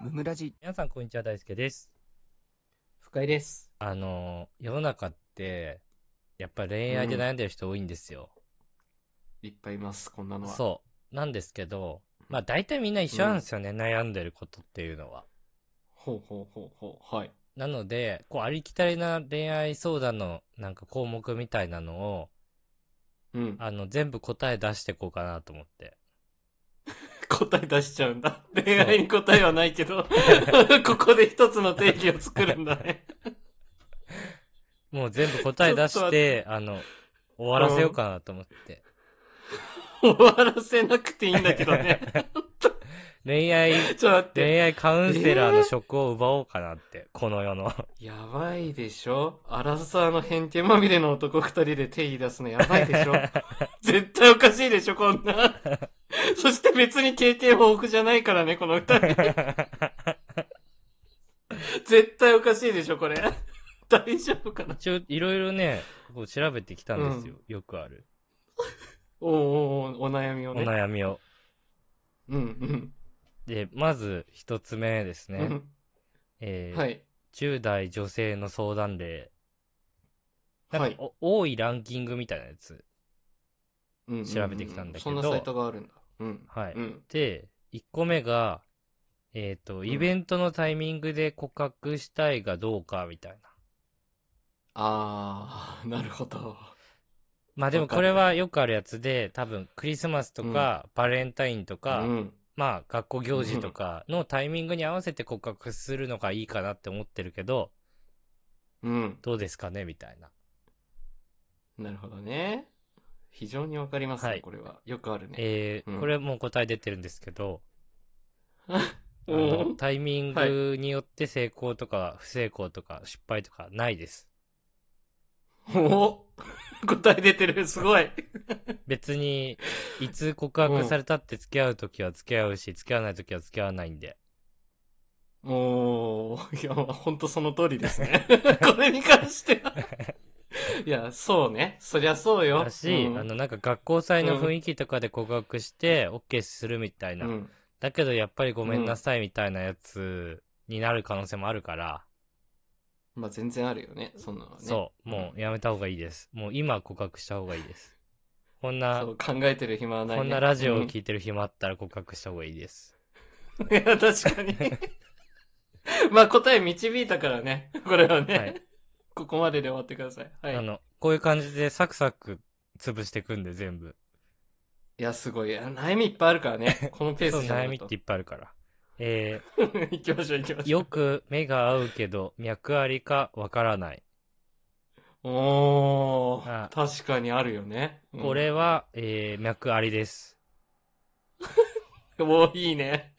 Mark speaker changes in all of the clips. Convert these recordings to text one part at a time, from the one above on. Speaker 1: ムムラジ
Speaker 2: 皆さん、こんにちは。大輔です。
Speaker 3: 深井です。
Speaker 2: あの、世の中って、やっぱ恋愛で悩んでる人多いんですよ。
Speaker 3: いっぱいいます、こんなのは。
Speaker 2: そう。なんですけど、まあ大体みんな一緒なんですよね。悩んでることっていうのは。
Speaker 3: ほうほうほうほう。はい。
Speaker 2: なので、こう、ありきたりな恋愛相談のなんか項目みたいなのを、
Speaker 3: うん。
Speaker 2: あの、全部答え出していこうかなと思って。
Speaker 3: 答え出しちゃうんだ。恋愛に答えはない けど、ここで一つの定義を作るんだね。
Speaker 2: もう全部答え出
Speaker 3: ちょっ
Speaker 2: し
Speaker 3: と待
Speaker 2: て、あの、終わらせようかなと思って。
Speaker 3: 終わらせなくていいんだけど ね。
Speaker 2: 恋愛、
Speaker 3: ちょっと待って。
Speaker 2: 恋愛カウンセラーの職を奪おうかなって、この世の。
Speaker 3: やばいでしょアラサーの偏見まみれの男二人で定義出すのやばい でしょ絶対おかしいでしょ、こんな。そして別に経験豊富じゃないからね、この二 人。絶対おかしいでしょ、これ。大丈夫かな
Speaker 2: 一応、いろいろね、こう調べてきたんですよ。よくある。
Speaker 3: おうおうおうお悩みを
Speaker 2: お
Speaker 3: ね。
Speaker 2: 悩みを。
Speaker 3: うん
Speaker 2: で、まず一つ目です
Speaker 3: うん。
Speaker 2: ね。え
Speaker 3: うん
Speaker 2: ー
Speaker 3: はい。
Speaker 2: 10代女性の相談例。なんか
Speaker 3: はい。
Speaker 2: お多いランキングみたいなやつ。
Speaker 3: うんうんうん
Speaker 2: 調べてきたんだけど
Speaker 3: そんなサイトがあるんだ。うん。
Speaker 2: はい。
Speaker 3: うん。
Speaker 2: で、1個目が、えっ、と、
Speaker 3: ん
Speaker 2: イベントのタイミングで告白したいがどうかみたいな。
Speaker 3: あー、な るほど。
Speaker 2: まあでも
Speaker 3: わか
Speaker 2: こ
Speaker 3: る
Speaker 2: れはよくあるやつで、多分クリスマスとか、バレンタインとか、
Speaker 3: うん。
Speaker 2: まあ学校行事とかのタイミングに合わせて告白するのがいいかなって思ってるけど、
Speaker 3: うん。
Speaker 2: どうですかねみたいな。
Speaker 3: なるほどね。非常にわかりますね、
Speaker 2: はい
Speaker 3: これは。よくあるね。
Speaker 2: えー
Speaker 3: うん
Speaker 2: これもう答え出てるんですけど、あ
Speaker 3: お
Speaker 2: の
Speaker 3: ー
Speaker 2: タイミングによって成功とか不成功とか失敗とかないです。
Speaker 3: おー 答え出てる、すごい。
Speaker 2: 別に、 いつ告白されたって付き合うときは付き合うし、付き合わないときは付き合わないんで。
Speaker 3: おー、いや、ほんとその通りです ね。これに関しては。いや、そうね。そりゃそうよ。
Speaker 2: だし、
Speaker 3: うん
Speaker 2: あの、なんか学校祭の雰囲気とかで告白して、OK するみたいな。
Speaker 3: うん。
Speaker 2: だけどやっぱりごめんなさいみたいなやつになる可能性もあるから、
Speaker 3: まあ、全然あるよね、そんなのはね。
Speaker 2: そう、もうやめた方がいいです。もう今告白した方がいいです。こんな
Speaker 3: そ、う考えてる暇はない、ね。
Speaker 2: こんなラジオを聞いてる暇あったら告白した方がいいです。
Speaker 3: うんいや、確かに。 まあ、答え導いたからね。これはね。
Speaker 2: はい
Speaker 3: ここまでで終わってください。はい。
Speaker 2: あの、こういう感じでサクサク潰していくんで全部。
Speaker 3: いや、すごい。いや悩みいっぱいあるから ね。このペー
Speaker 2: そう
Speaker 3: スじゃな
Speaker 2: 悩み
Speaker 3: い
Speaker 2: っ
Speaker 3: と
Speaker 2: て。いっぱいあるから。え
Speaker 3: 行きましょう、行きま
Speaker 2: ー、
Speaker 3: しょ
Speaker 2: よく目が合うけど脈ありかわからない。
Speaker 3: う。おー、
Speaker 2: あ
Speaker 3: 確かにあるよね。うん
Speaker 2: これは、えー、脈ありです。
Speaker 3: もういいね。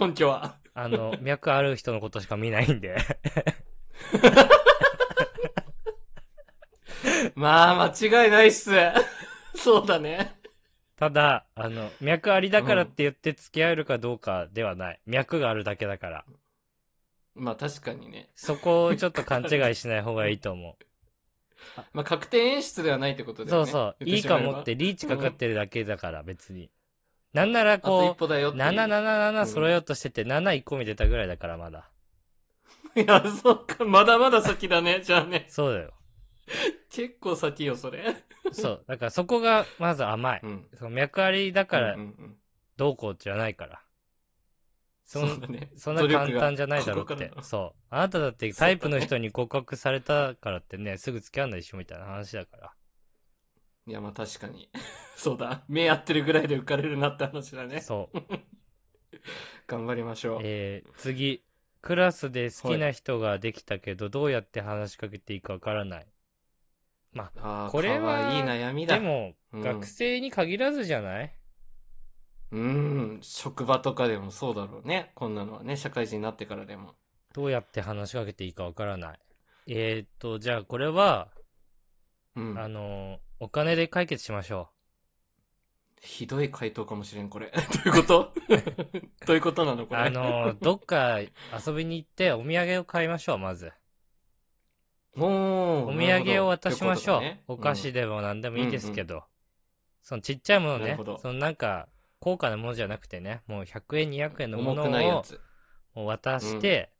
Speaker 3: 根拠は。
Speaker 2: あの、 脈ある人のことしか見ないんで。
Speaker 3: まあ、間違いないっす。 そうだね。
Speaker 2: ただ、あの、脈ありだからって言って付き合えるかどうかではない。脈があるだけだから。
Speaker 3: まあ、確かにね。
Speaker 2: そこをちょっと勘違いしない方がいいと思
Speaker 3: まあ、確定演出ではないってこと
Speaker 2: う。
Speaker 3: だ
Speaker 2: そ
Speaker 3: よ
Speaker 2: う
Speaker 3: ね。
Speaker 2: そう。
Speaker 3: 言
Speaker 2: いい
Speaker 3: てしま
Speaker 2: か
Speaker 3: えば
Speaker 2: もって、リーチかかってるだけだから、別に。なんなら
Speaker 3: あと一
Speaker 2: こ
Speaker 3: 歩だよっ
Speaker 2: う、
Speaker 3: ていうう
Speaker 2: 777
Speaker 3: ん
Speaker 2: 揃えようとしてて、7一個目出たぐらいだから、まだ。
Speaker 3: いや、そうか。まだまだ先だね。じゃあね。
Speaker 2: そうだよ。
Speaker 3: 結構先よ、それ。
Speaker 2: そう。だからそこが、まず甘い。
Speaker 3: ん。
Speaker 2: その脈ありだから
Speaker 3: うんう、んうん
Speaker 2: どうこうじゃないから。そん
Speaker 3: うだね
Speaker 2: そんな簡単じゃないだろう
Speaker 3: 努
Speaker 2: っ
Speaker 3: 力
Speaker 2: て
Speaker 3: がこ。こか
Speaker 2: そう。あなただってタイプの人に告白されたからってね、すぐ付き合わないでしょみたいな話だから。
Speaker 3: らいや、まあ確かに。 そうだ。目合ってるぐらいで浮かれるなって話だね。
Speaker 2: そう。
Speaker 3: 頑張りましょう。
Speaker 2: えー、次。クラスで好きな人ができたけど、どうやって話しかけていいかわからない。
Speaker 3: ああ、
Speaker 2: これは
Speaker 3: かわいい悩みだ。
Speaker 2: でも、
Speaker 3: うん
Speaker 2: 学生に限らずじゃない
Speaker 3: うん。職場とかでもそうだろうね。こんなのはね。社会人になってからでも。
Speaker 2: どうやって話しかけていいかわからない。えー、っと、じゃあこれは、
Speaker 3: うん。
Speaker 2: あのーお金で解決しましょ
Speaker 3: ひどい回答かもしれん、これ。 どういうことどういうことなの
Speaker 2: う。
Speaker 3: これ。
Speaker 2: あのーどっか遊びに行ってお土産を買いましょう、まず。
Speaker 3: お
Speaker 2: お土
Speaker 3: ーなるほ
Speaker 2: 産
Speaker 3: ど
Speaker 2: を渡しましょう。
Speaker 3: 旅行とかね
Speaker 2: お菓子でも何でもいいですけど、そのちっちゃいもの
Speaker 3: なる
Speaker 2: ね
Speaker 3: ほど、
Speaker 2: そのなんか、高価なものじゃなくてね、もう100円、200円
Speaker 3: うん
Speaker 2: のもの
Speaker 3: 重くないや
Speaker 2: を
Speaker 3: つ。
Speaker 2: を渡して、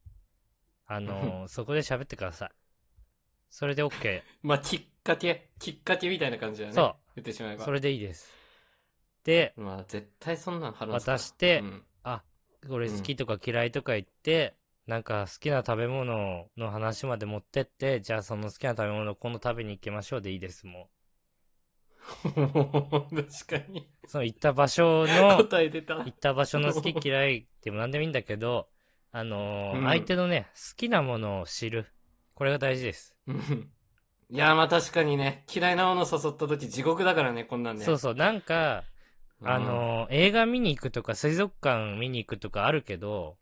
Speaker 2: あ の、そこで喋ってください。それで OK。
Speaker 3: まあ、きっかけ、きっかけみたいな感 じだね。
Speaker 2: そう
Speaker 3: 言ってしまえば。
Speaker 2: それでいいです。で、
Speaker 3: まあ、絶対そんなん話すな
Speaker 2: 渡して
Speaker 3: うん
Speaker 2: あ、これ好きとか嫌いとか言って、なんか好きな食べ物の話まで持ってって、じゃあその好きな食べ物今度食べに行きましょうでいいです、も
Speaker 3: 確かに。
Speaker 2: う。その行った場所の、
Speaker 3: 答え出た
Speaker 2: 行。った場所の好き嫌いでも何でもいいんだけど、あのー
Speaker 3: うん
Speaker 2: 相手のね、好きなものを知る。これが大事です。
Speaker 3: うんいや、まあ確かにね、嫌いなもの誘った時地獄だからね、こんなんね。
Speaker 2: そうそう、なんか、
Speaker 3: うん
Speaker 2: あ、のー映画見に行くとか水族館見に行くとかあるけど、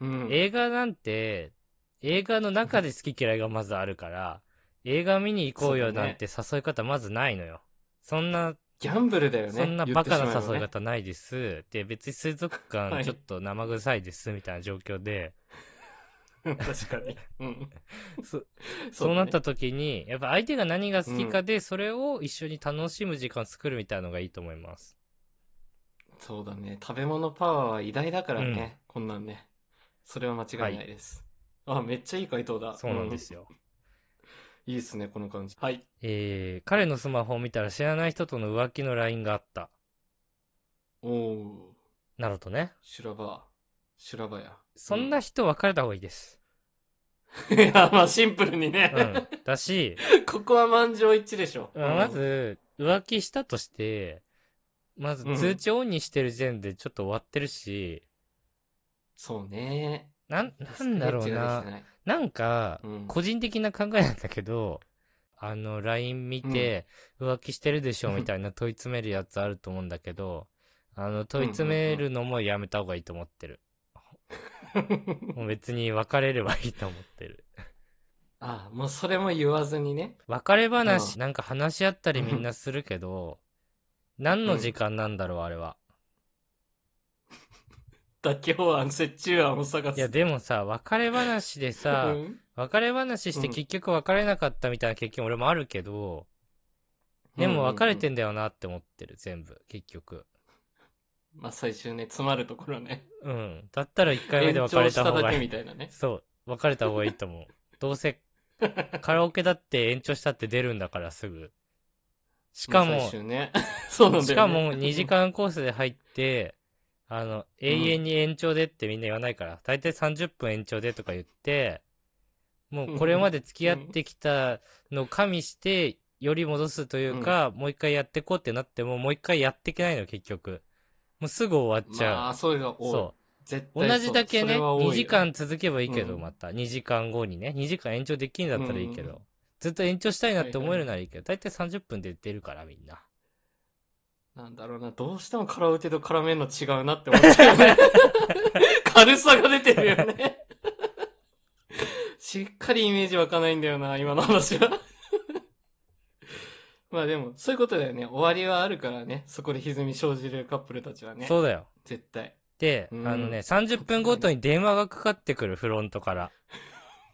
Speaker 3: うん。
Speaker 2: 映画なんて、映画の中で好き嫌いがまずあるから、映画見に行こうよなんて誘い方まずないのよ。そんな、
Speaker 3: ギャンブルだよね。
Speaker 2: そんなバカな
Speaker 3: 言ってしま
Speaker 2: 誘
Speaker 3: え
Speaker 2: い
Speaker 3: ばね。
Speaker 2: 方ないです。で、別に水族
Speaker 3: は
Speaker 2: 館
Speaker 3: い
Speaker 2: ちょっと生臭いですみたいな状況で、
Speaker 3: 確かに。うん。
Speaker 2: そ
Speaker 3: だ
Speaker 2: そう
Speaker 3: ね
Speaker 2: なった時に、やっぱ相手が何が好きかで、それを一緒に楽しむ時間を作るみたいなのがいいと思います。
Speaker 3: そうだね。食べ物パワーは偉大だからね。こんなんね。それは間違いないです。あ、めっちゃいい回答だ。
Speaker 2: そうなんですよ。
Speaker 3: うん。いいですね、この感じ。はい。
Speaker 2: えー、彼のスマホを見たら知らない人との浮気の LINE があった。
Speaker 3: おー、
Speaker 2: なるとね。
Speaker 3: 修羅場。修羅場や。
Speaker 2: そんな人別れた方がいいです。
Speaker 3: うん。 いや、まあシンプルにね
Speaker 2: う。ん。だ し、
Speaker 3: ここは満場一致でしょ。
Speaker 2: まあまず、浮気したとして、まず
Speaker 3: うん
Speaker 2: 通知オンにしてる時点でちょっと終わってるし、
Speaker 3: そうね。
Speaker 2: なん、なんだろう
Speaker 3: スクラ
Speaker 2: な
Speaker 3: ッチ。ができてい
Speaker 2: なんか
Speaker 3: うん、
Speaker 2: 個人的な考えなんだけ ど、あの、LINE 見て、浮気してるでしょみたいな問い詰めるやつあると思うんだけど、あの、問い詰めるのもやめた方がいいと思 ってる。もう別に別れればいいと思ってる。
Speaker 3: あ、もうそれも言わずにね。
Speaker 2: 別れ話、
Speaker 3: う
Speaker 2: なんか話し合ったりみんなするけど、何の時間なんだろう、あれは。
Speaker 3: 妥協案、折衷案を探す。
Speaker 2: いや、でもさ、別れ話でさ
Speaker 3: う、ん
Speaker 2: 別れ話して
Speaker 3: うん
Speaker 2: 結局別れなかったみたいな経験俺もあるけど、でも別れてんだよなって思ってる、全部、結局。
Speaker 3: まあ最終ね、詰まるところね。
Speaker 2: うん。だったら一回目
Speaker 3: 延
Speaker 2: で
Speaker 3: 長
Speaker 2: 別れ
Speaker 3: した
Speaker 2: 方
Speaker 3: ただ
Speaker 2: が
Speaker 3: け
Speaker 2: い
Speaker 3: み
Speaker 2: い。
Speaker 3: たいなね。
Speaker 2: そう。別れた方がいいと思う。どう せ、カラオケだって延長したって出るんだからすぐ。しか
Speaker 3: まあ
Speaker 2: も
Speaker 3: 最、終ね。 そうなんだよ、ね。
Speaker 2: しかも2時。間コースで入って、あの、永遠に延長でってみんな言わないから、大体30分延長でとか言って、もうこれまで付き合ってきたのを加味して、より戻すというか、もう一回やってこうってなっても、もう一回やっていけないの、結局。もうすぐ終わっちゃう。
Speaker 3: まあ、そういうの多い。
Speaker 2: そう。
Speaker 3: 絶対そ
Speaker 2: 同
Speaker 3: う
Speaker 2: じだけね、
Speaker 3: それは多いよ
Speaker 2: 2時間続けばいいけど、
Speaker 3: うん
Speaker 2: また。2時間後にね、2時間延長できるんだったらいいけ
Speaker 3: うんう
Speaker 2: ど。ずっと延長したいなって思えるならいいけど、大体30分で出るから、みんな。
Speaker 3: なんだろうな、どうしてもカラオケと絡めるの違うなって思っちゃう ね。軽さが出てるよね。しっかりイメージ湧かないんだよな、今の話は。まあでも、そういうことだよね。終わりはあるからね。そこで歪み生じるカップルたちはね。
Speaker 2: そうだよ。
Speaker 3: 絶対。
Speaker 2: で、
Speaker 3: うん
Speaker 2: あのね、30分ごとに電話がかかってくる、フロントから。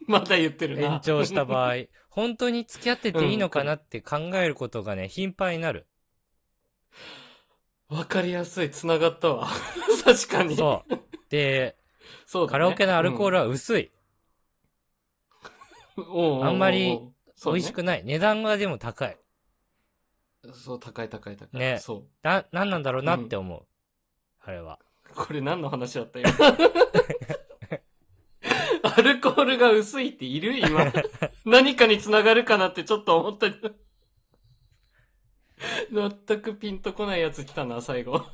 Speaker 3: まだ言ってるな。
Speaker 2: 延長した場合、 本当に付き合ってていいのかなって考えることがね、頻繁になる。
Speaker 3: わかりやすい。繋がったわ。確かに。そう
Speaker 2: そう。 で、
Speaker 3: だね、
Speaker 2: カラオケのアルコールは薄い。
Speaker 3: うん、おうおうおう
Speaker 2: あんまり、
Speaker 3: そう
Speaker 2: 美
Speaker 3: ね
Speaker 2: 味しくない。値段がでも高い。
Speaker 3: そう、高い高い高い。
Speaker 2: ね
Speaker 3: そう。
Speaker 2: な、なんなんだろうなって思う。あれは。
Speaker 3: これ何の話だったよ。アルコールが薄いっている今。何かに繋がるかなってちょっと思ったけど。全くピンとこないやつ来たな、最後。